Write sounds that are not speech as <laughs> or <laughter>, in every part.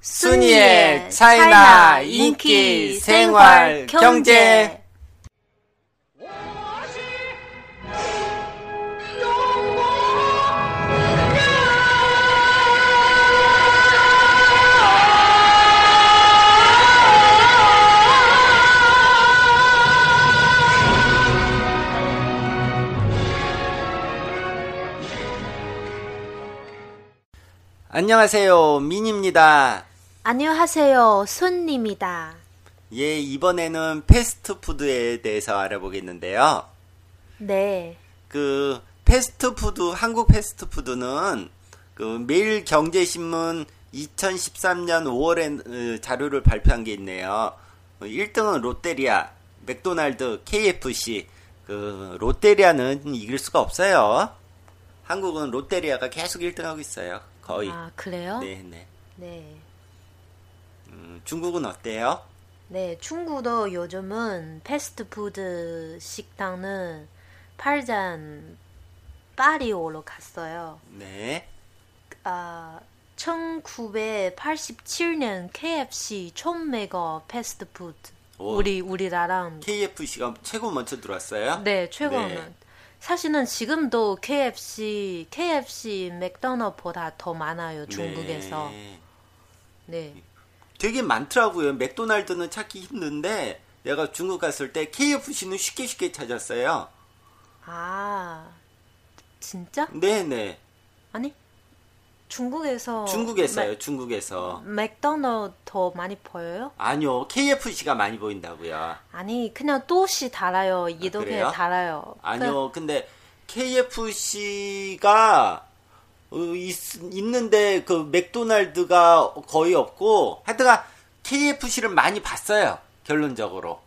순이의 차이나 인기 생활 경제 我是中国 안녕하세요 민입니다 안녕하세요. 순입니다. 예 이번에는 패스트푸드에 대해서 알아보겠는데요 네. 그 패스트푸드 한국 패스트푸드는 그 매일 경제신문 2013년 5월에 어, 자료를 발표한 게 있네요 1등은 롯데리아 맥도날드 KFC 그 롯데리아는 이길 수가 없어요 한국은 롯데리아가 계속 1등하고 있어요 거의 아, 그래요? 네 네. 네. 음, 중국은 어때요? 네, 중국도 요즘은 패스트푸드 식당은 팔잔 파리 올라갔어요. 네. 아, 1987년 KFC 처음 메가 패스트푸드. 오. 우리 우리나라랑 KFC가 최고 먼저 들어왔어요? 네, 최고는 네. 사실은 지금도 KFC, KFC 맥도날드보다 더 많아요, 중국에서. 네. 네. 되게 많더라고요. 맥도날드는 찾기 힘든데 내가 중국 갔을 때 KFC는 쉽게 쉽게 찾았어요. 아, 진짜? 네네. 아니, 중국에서 네. 중국에서요. 중국에서. 맥도날드 더 많이 보여요? 아니요. KFC가 많이 보인다고요. 아니, 그냥 도시 달아요. 이동에 그래요? 달아요. 아니요. 근데 KFC가 어, 있, 는데그 맥도날드가 거의 없고 하여튼간 KFC를 많이 봤어요. 결론적으로.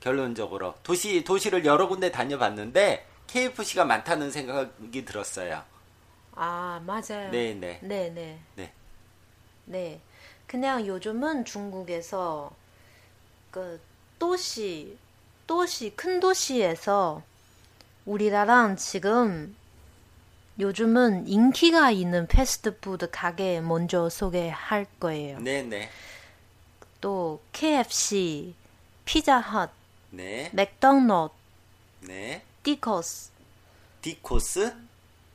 결론적으로 도시 도시를 여러 군데 다녀봤는데 KFC가 많다는 생각이 들었어요. 그- 아, 맞아요. 네, 네. 네, 네. 네. 네. 그냥 요즘은 중국에서 그 도시, 도시, 큰 도시에서 우리나라랑 지금 요즘은 인기가 있는 패스트푸드 가게 먼저 소개할 거예요. 네, 네. 또 KFC, 피자헛, 네. 맥도날드, 네. 디커스, 디코스?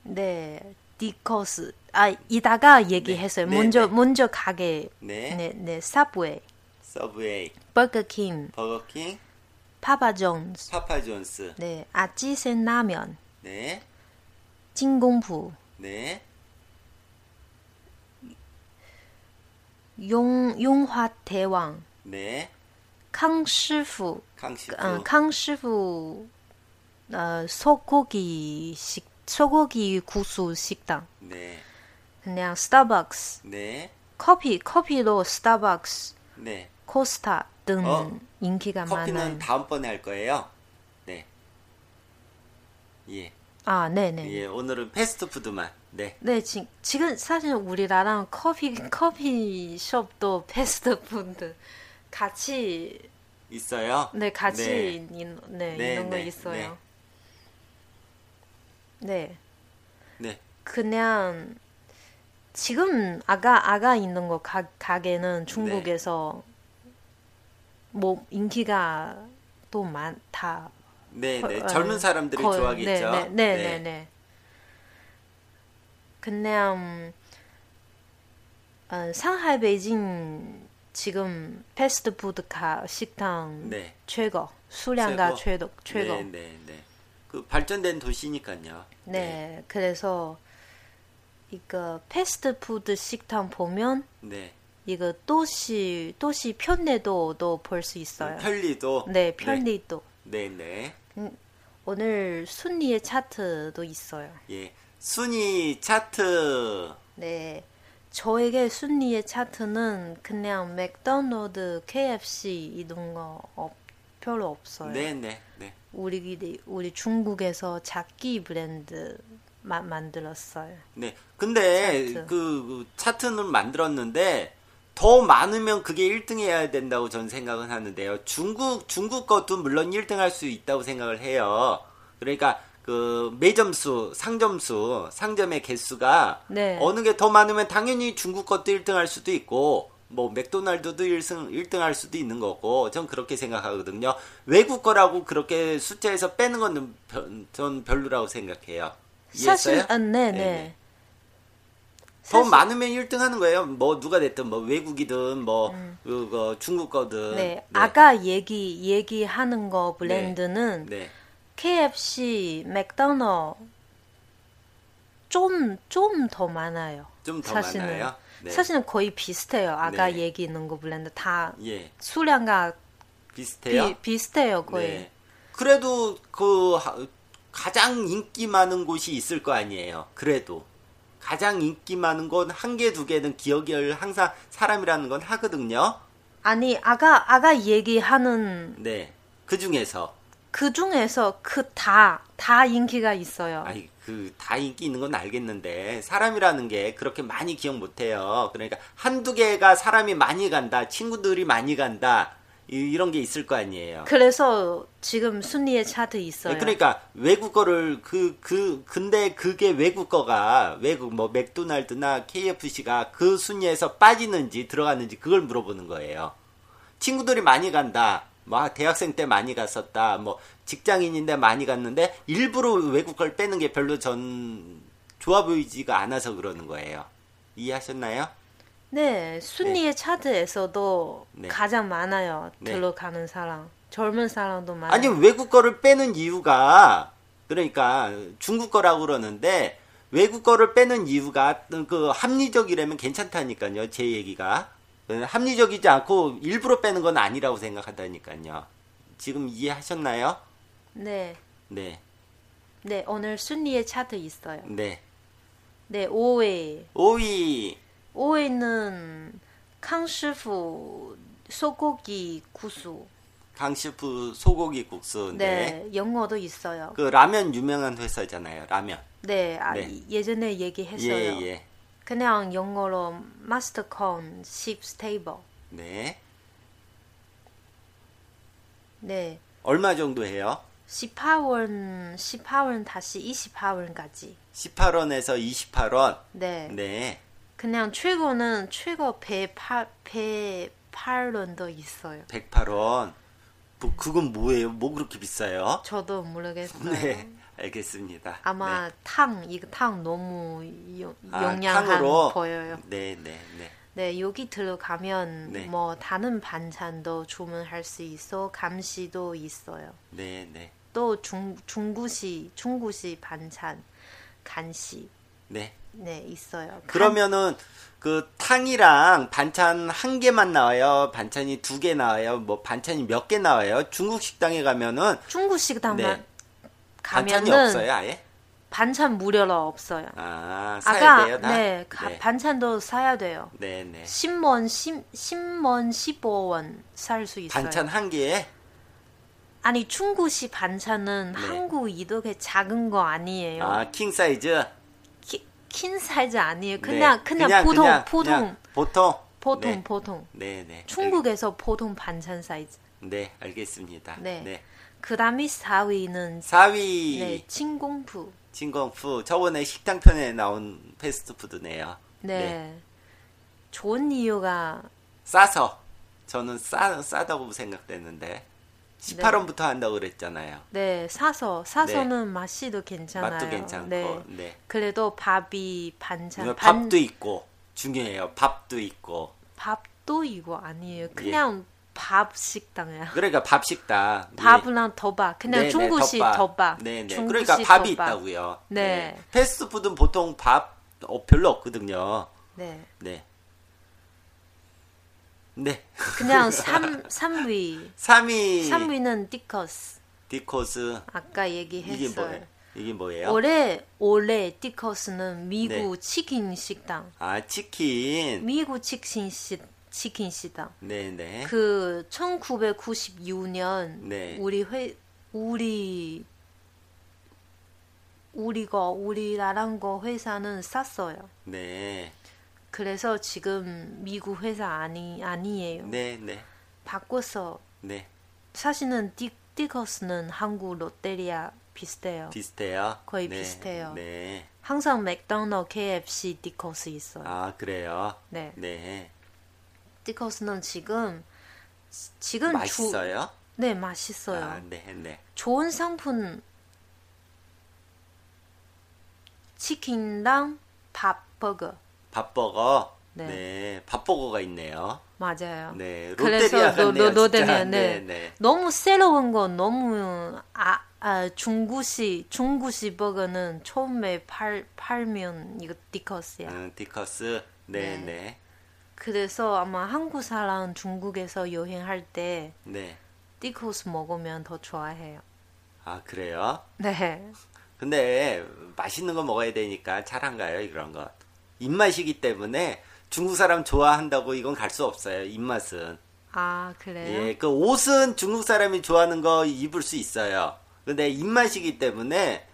네, 디커스. 아, 이따가 얘기했어요. 네, 먼저, 네. 먼저 가게, 네. 네, 네, 사브웨이, 서브웨이, 버거킹, 버거킹, 파파존스, 파파존스. 네, 아찌센 라면, 네. 진공부, 네. 용, 용화 대왕, 네. 캉시프, 강시프. 아, 캉시프, 어, 소고기 식, 소고기 구수 식당, 네. 그냥 스타벅스, 네. 커피, 커피로 스타벅스, 네. 코스타 등 어? 인기가 커피는 많아요. 다음번에 할 거예요. 네. 예. 아, 네네. 예, 오늘은 패스트푸드만. 네. 네, 지, 지금 사실 우리나라 커피, 커피숍도 <laughs> 패스트푸드 같이 있어요. 네, 같이 네. 있- 네, 네, 이런 거 네, 있어요. 네, 네. 그냥 지금 아가 아가 있는 거 가, 가게는 중국에서 뭐 인기가 또 많다. 네, 네. 어, 젊은 사람들이 거의- 좋아하겠죠. 네, 네, 네, 네, 네. 그냥 음, 어, 상하이 베이징 지금 패스트푸드 가 식당 네. 최고 수량가 최고. 최고 최고. 네, 네, 네. 그 발전된 도시니까요. 네, 그래서 이거 패스트푸드 식당 보면 네. 이거 도시 도시 편리도도 볼 수 있어요. 네, 편리도. 네, 편리도. 네, 네. 음, 오늘 순위의 차트도 있어요. 예. 순위 차트. 네. 저에게 순위의 차트는 그냥 맥도날드, KFC 이런 거 없- 별로 없어요. 네, 네, 네. 우리 우리 중국에서 자기 브랜드 마- 만들었어요. 네. 근데 차트. 그, 그 차트는 만들었는데 더 많으면 그게 1등 해야 된다고 저는 생각은 하는데요. 중국 중국 것도 물론 1등 할 수 있다고 생각을 해요. 그러니까 그 매점수, 상점수, 상점의 개수가 네. 어느 게 더 많으면 당연히 중국 것도 1등 할 수도 있고 뭐 맥도날드도 1승 1등 할 수도 있는 거고 전 그렇게 생각하거든요. 외국 거라고 그렇게 숫자에서 빼는 건 전 별로라고 생각해요. 사실 이해했어요? 아, 네, 네네. 네. 더 사실- 많으면 1등 하는 거예요. 뭐 누가 됐든 뭐 외국이든 뭐 그거 중국 거든. 음. 네, 아까 얘기 얘기하는 거 브랜드는 네. KFC, 맥도날드 좀좀 더 많아요. 좀더 사실은. 많아요? 네. 사실은 거의 비슷해요. 아까 네. 얘기 있는 거 브랜드 다 예. 수량과 비슷해요. 비, 비슷해요 거의. 네. 그래도 그 하- 가장 인기 많은 곳이 있을 거 아니에요. 그래도 가장 인기 많은 건 한 개 두 개는 기억을 항상 사람이라는 건 하거든요. 아니 아까 아까 얘기하는 네. 그 중에서 그 중에서 그 다 다 인기가 있어요. 아니 그 다 인기 있는 건 알겠는데 사람이라는 게 그렇게 많이 기억 못해요. 그러니까 한두 개가 사람이 많이 간다, 친구들이 많이 간다 이- 이런 게 있을 거 아니에요. 그래서 지금 순위의 차트 있어요. 네, 그러니까 외국어를 그, 그, 근데 그게 외국어가 외국 뭐 맥도날드나 KFC가 그 순위에서 빠지는지 들어가는지 그걸 물어보는 거예요. 친구들이 많이 간다. 뭐 아, 대학생 때 많이 갔었다. 뭐 직장인인데 많이 갔는데 일부러 외국어를 빼는 게 별로 전 좋아 보이지가 않아서 그러는 거예요. 이해하셨나요? 네, 순위의 차트에서도 네. 가장 많아요. 네. 들어가는 사람. 젊은 사람도 많아요. 아니 외국 거를 빼는 이유가 그러니까 중국 거라고 그러는데 외국 거를 빼는 이유가 그 합리적이라면 괜찮다니까요 제 얘기가 합리적이지 않고 일부러 빼는 건 아니라고 생각하다니까요 지금 이해하셨나요? 네. 네, 네, 오늘 순위의 차트 있어요. 네. 네, 5위. 5위 5위는 캉시프 소고기 구수. 강시프 소고기 국수. 네. 네, 영어도 있어요. 그 라면 유명한 회사잖아요. 라면. 네, 아, 네. 예전에 얘기했어요. 예, 예. 그냥 영어로 마스터콘 십 스테이블. 네. 네. 얼마 정도 해요? 18원, 18원 다시 28원까지. 18원에서 28원. 네. 네. 그냥 최고는 최고 108, 108원도 있어요. 108원. 뭐 그건 뭐예요? 뭐 그렇게 비싸요? 저도 모르겠어요. 네, 알겠습니다. 아마 탕, 이거 탕 너무 요- 네. 아, 영양한 탕으로? 보여요. 네, 네, 네. 네, 여기 들어가면 네. 뭐 다른 반찬도 주문할 수 있어, 감시도 있어요. 네, 네. 또 중, 중구식, 중구식 반찬, 간식, 네. 네, 있어요. 그러면은 그 탕이랑 반찬 한 개만 나와요. 반찬이 두 개 나와요. 뭐 반찬이 몇 개 나와요? 중국 식당에 가면은 중구식당만 네. 반찬이 없어요, 가면은 아예? 반찬 무료로 없어요. 아, 사야 아까 돼요, 다. 네, 가- 네. 반찬도 사야 돼요. 네, 네. 10원, 10, 10원, 15원 살 수 있어요. 반찬 한 개에 아니 중국식 반찬은 네. 한국 이렇게 작은 거 아니에요. 아, 킹 사이즈. 키- 킨 사이즈 아니에요. 네. 그냥 그냥, 보통 그냥, 보통 그냥 보통 보통 네. 보통 네, 네. 중국에서 보통 반찬 사이즈. 알- 네, 알겠습니다. 네. 네. 그다음에 4위는 4위 네, 진공푸. 진공푸 저번에 식당 편에 나온 패스트푸드네요. 네. 좋은 이유가 싸서 저는 싸 싸다고 생각되는데 18원부터 한다고 그랬잖아요. 네, 사서 사서는 맛이도 괜찮아요. 네. 맛도 괜찮고 네. 네. 그래도 밥이 반찬 밥도 반- 있고 중요해요. 밥도 있고 밥도 이거 예. 아니에요. 그냥 밥 식당이야. 그러니까 밥 식당 예. 밥이랑 더밥 그냥 네, 네, 중국식 덮밥. 덮밥. 네, 네. 중국식 그러니까 밥이 덮밥. 있다고요. 네. 패스트푸드는 보통 밥 어, 별로 없거든요. 네. 네. 네. <laughs> 그냥 삼 삼위. 3위 네. 삼위는 디커스. 디코스 아까 이게 얘기했어요. 뭐예요? 이게 뭐예요? 올해 올해 디커스는 미국 네. 치킨 식당, 아 치킨. 미국 치킨 시, 치킨 식당. 네네. 그 1996년 네. 우리 회 우리 우리가 우리나라거 회사는 샀어요. 네. 그래서 지금 미국 회사 아니 아니에요. 네네. 바꿔서 네. 사실은 디, 디커스는 한국 롯데리아 비슷해요. 비슷해요. 거의 네, 비슷해요. 네. 항상 맥도날드, KFC, 디커스 있어요. 아 그래요. 네. 네. 디커스는 지금 지금 주, 맛있어요? 네 맛있어요. 아, 네, 네. 좋은 상품 치킨랑 밥 버거 밥버거. 네. 네. 밥버거가 있네요. 맞아요. 네. 그래서 롯데리아 노- 같네요. 노- 진짜. 노데리아는 네, 네. 너무 새로운 거 너무 아, 아 중국식 중국식 버거는 처음에 팔 팔면 이거 디커스야. 음, 디커스. 네, 네. 네. 그래서 아마 한국 사람 중국에서 여행할 때 네. 디커스 먹으면 더 좋아해요. <laughs> 아, 그래요? 네. 근데 맛있는 거 먹어야 되니까 잘 안 가요, 이런 거. 입맛이기 때문에 중국 사람 좋아한다고 이건 갈 수 없어요, 입맛은. 아 그래요? 예, 그 옷은 중국 사람이 좋아하는 거 입을 수 있어요. 근데 입맛이기 때문에,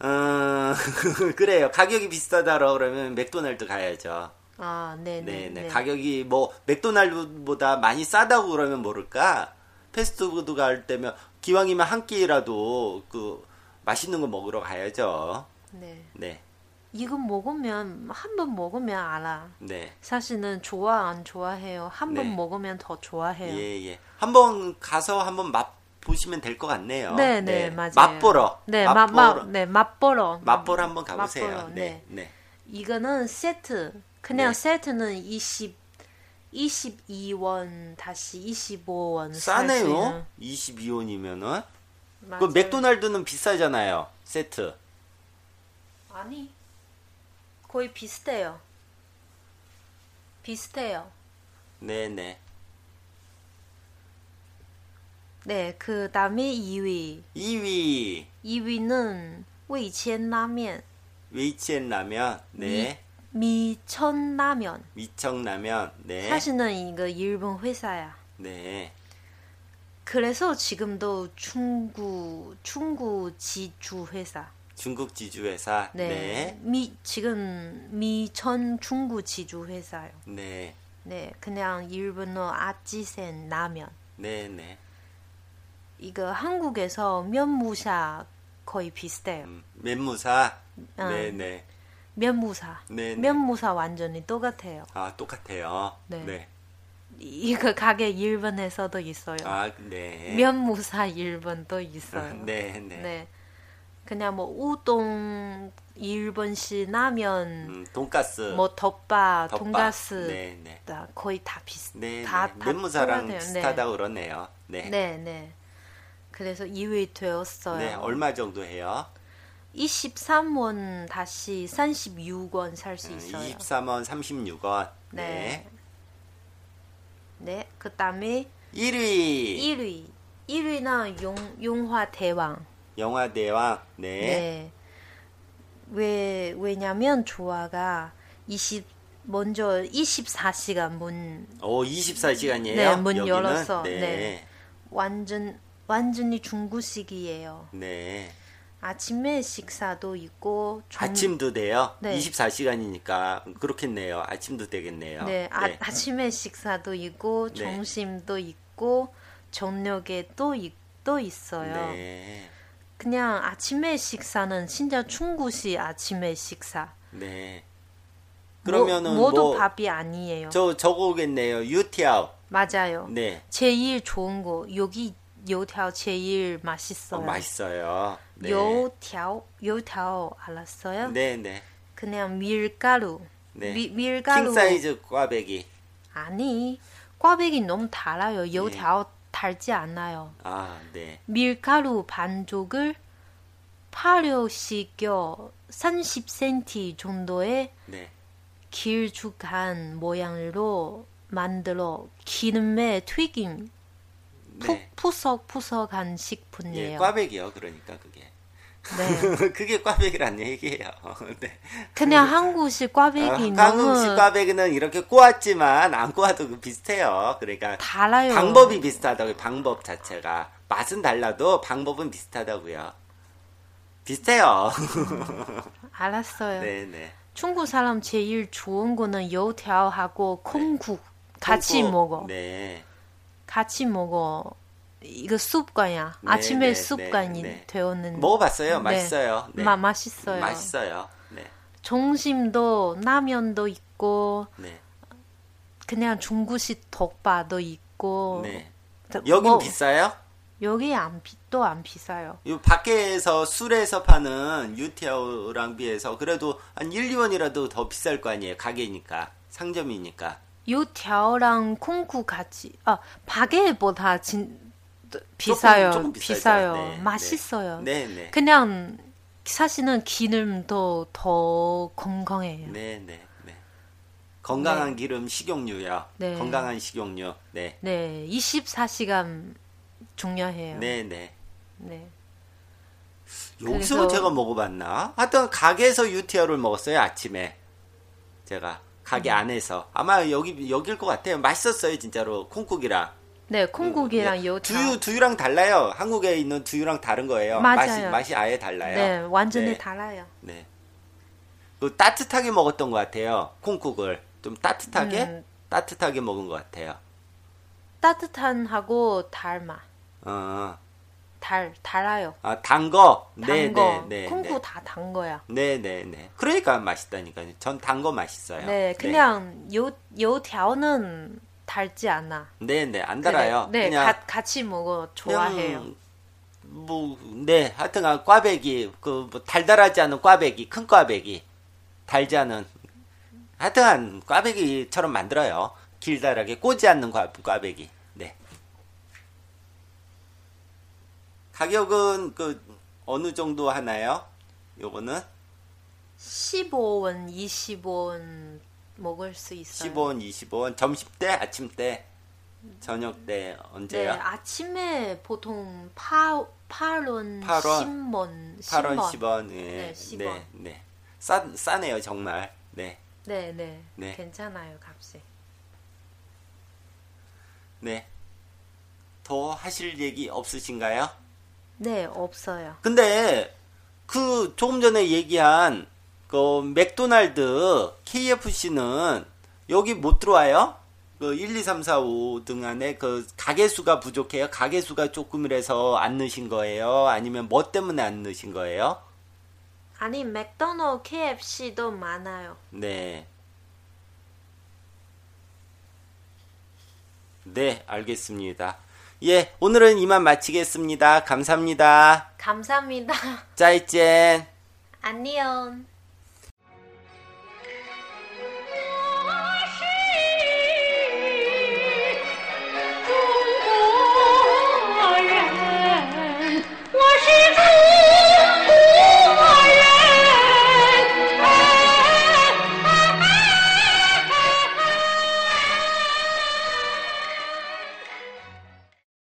어, <laughs> 그래요. 가격이 비싸다라고 그러면 맥도날드 가야죠. 아 네, 네. 네네. 가격이 뭐, 맥도날드보다 많이 싸다고 그러면 모를까? 패스트푸드 갈 때면, 기왕이면 한 끼라도 그, 맛있는 거 먹으러 가야죠. 네. 네, 이거 먹으면 한 번 먹으면 알아. 네. 사실은 좋아 안 좋아해요. 한 번 네. 먹으면 더 좋아해요. 예, 예. 한번 가서 한번 맛 보시면 될 것 같네요. 네, 네, 맞아요. 맛보러. 네, 맛, 맛보러. 맛, 네, 맛보러. 맛보러 한번 가보세요. 맛보러, 네, 네. 이거는 세트. 그냥 네. 세트는 20, 22원 다시 25원 싸네요. 22원이면은. 그 그 맥도날드는 비싸잖아요. 세트. 아니 거의 비슷해요. 비슷해요. 네, 네. 네, 그 다음에 2위. 2위 2위는 웨이첸 라면, 웨이치엔 라면. 네. 미천 라면. 미청 라면. 네. 사실은 이거 일본 회사야. 네. 그래서 지금도 중국 중국 지주 회사. 중국 지주 회사. 네. 네. 미 지금 미천 중국 지주 회사요. 네. 네. 그냥 일본어 아찌센 라면. 네, 네. 이거 한국에서 면무사 거의 비슷해요. 음, 면무사. 아. 네, 네. 면무사. 네, 네. 면무사 완전히 똑같아요. 아, 똑같아요. 네. 네. 이- 이거 가게 일본에서도 있어요. 아, 네. 면무사 일본도 아, 있어요. <laughs> 네, 네. 네. 그냥 뭐 우동, 일본식 라면, 음, 돈가스. 뭐 덮밥, 덮밥. 돈가스 네, 네. 다 거의 다 비슷. 네, 다, 네. 다 면무사랑 똑같아요. 비슷하다고 그러네요. 네. 네. 네, 네. 그래서 2위 되었어요. 네, 얼마 정도 해요? 23원 다시 36원 살 네, 수 있어요. 음, 23원 36원. 네. 네. 네, 그다음에 1위 1위. 1위는 용 용화 대왕. 영화 대왕. 네. 네. 왜 왜냐면 조화가 20 먼저 24시간 문 오 24시간이에요. 네, 문 여기는? 열어서, 네. 네. 네. 완전 완전히 중국식이에요. 아침에 식사도 있고 종- 네. 아침도 돼요. 네. 24시간이니까 그렇겠네요. 아침도 되겠네요. 네, 아, 아침에 식사도 있고 네. 점심도 있고 저녁에 또 있, 또 있어요. 네. 그냥 아침에 식사는 진짜 중국식 아침에 식사. 네. 뭐, 그러면은 뭐, 모두 밥이 아니에요. 저 저거겠네요. 유티아오. 맞아요. 네. 제일 좋은 거 여기 요条 제일 어, 맛있어요. 맛있어요. 네. 요条요条알았어요? 네, 네. 그냥 밀가루. 네. 미- 밀가루. 킹 사이즈 꽈배기. 아니, 꽈배기 너무 네. 달아요. 요条 달지 않아요. 아, 네. 밀가루 반죽을 발효시켜 30cm 정도의 네. 길쭉한 모양으로 만들어 기름에 튀김 푸, 네. 푸석푸석한 예, 식품이에요. 꽈배기요. 그러니까 그게. <laughs> 네. 그게 꽈배기란 얘기예요. <laughs> 네. 그냥 한국식 꽈배기 아, 너무 한국식 꽈배기는 이렇게 꼬았지만 안 꼬아도 그 비슷해요. 그러니까 달아요. 방법이 비슷하다고요. 방법 자체가 맛은 달라도 방법은 비슷하다고요. 비슷해요. <laughs> 알았어요. 네네. 중국 사람 제일 좋은 거는油条하고 네. 콩국 같이 콩국. 먹어. 네. 같이 먹어. 이거 습관이야. 네, 아침에 네, 습관이 네, 네. 되었는. 먹어봤어요. 네. 맛있어요. 네. 마, 맛있어요. 맛있어요. 네. 점심도 라면도 있고 네. 그냥 중국식 덮밥도 있고. 네. 자, 여긴 뭐, 비싸요? 여기 안 비, 또 안 비싸요. 이 밖에서 술에서 파는 유티아오랑 비해서 그래도 한 1, 2원이라도 더 비쌀 거 아니에요. 가게니까. 상점이니까. 요条랑 콩국 같이 아 바게보다 진 비싸요. 조금 비싸요. 비싸죠. 네, 네. 맛있어요. 네, 네. 그렇죠. 그냥 사실은 기름도 더 건강해요. 네, 네, 네. 건강한 기름 식용유요. 네. 건강한 식용유. 네. 네, 24시간 중요해요. 네, 네. 네. 여기서 그래서- 제가 먹어봤나? 하여튼 가게에서 유티아를 먹었어요 아침에 제가 음. 가게 안에서 아마 여기 여길 것 같아요. 맛있었어요 진짜로 콩국이랑 네, 콩국이랑 요条 예, 두유 두유랑 달라요. 한국에 있는 두유랑 다른 거예요. 맞아요. 맛이 맛이 아예 달라요. 네, 완전히 네, 달라요. 네. 그 따뜻하게 먹었던 것 같아요. 콩국을 좀 따뜻하게 음. 따뜻하게 먹은 것 같아요. 따뜻한 하고 달마. 어, 달 달아요. 아, 단 거. 단 네, 거. 네, 네, 콩국 네. 다 단 거야. 네네네. 그러니까 맛있다니까요. 전 단 거 맛있어요. 네, 그냥 요 요条는 달지 않아. 네네 안 달아요. 네, 네, 그냥 가- 같이 먹어 좋아해요. 그냥 뭐네 하여튼 간 꽈배기 그뭐 달달하지 않은 꽈배기 큰 꽈배기 달지 않은 하여튼 간 꽈배기처럼 만들어요. 길다랗게 꼬지 않는 꽈, 꽈배기. 네. 가격은 그 어느 정도 하나요? 요거는 15원, 25원 먹을 수 있어요. 15원, 20원 점심 때, 아침 때, 저녁 때 네, 언제요? 아침에 보통 파, 8원, 팔 원. 10원, 8원, 10원. 10원. 네, 예. 10원. 네, 네. 싸, 싸네요, 정말. 네. 네, 네, 네. 괜찮아요, 값이. 네. 더 하실 얘기 없으신가요? 네, 없어요. 근데 그 조금 전에 얘기한 그 맥도날드 KFC는 여기 못 들어와요? 그 1, 2, 3, 4, 5 등 안에 그 가게 수가 부족해요? 가게 수가 조금이라서 안 넣으신 거예요? 아니면 뭐 때문에 안 넣으신 거예요? 아니, 맥도날드, KFC도 많아요. 네. 네, 알겠습니다. 예, 오늘은 이만 마치겠습니다. 감사합니다. 감사합니다. 짜이젠. <laughs> 안녕.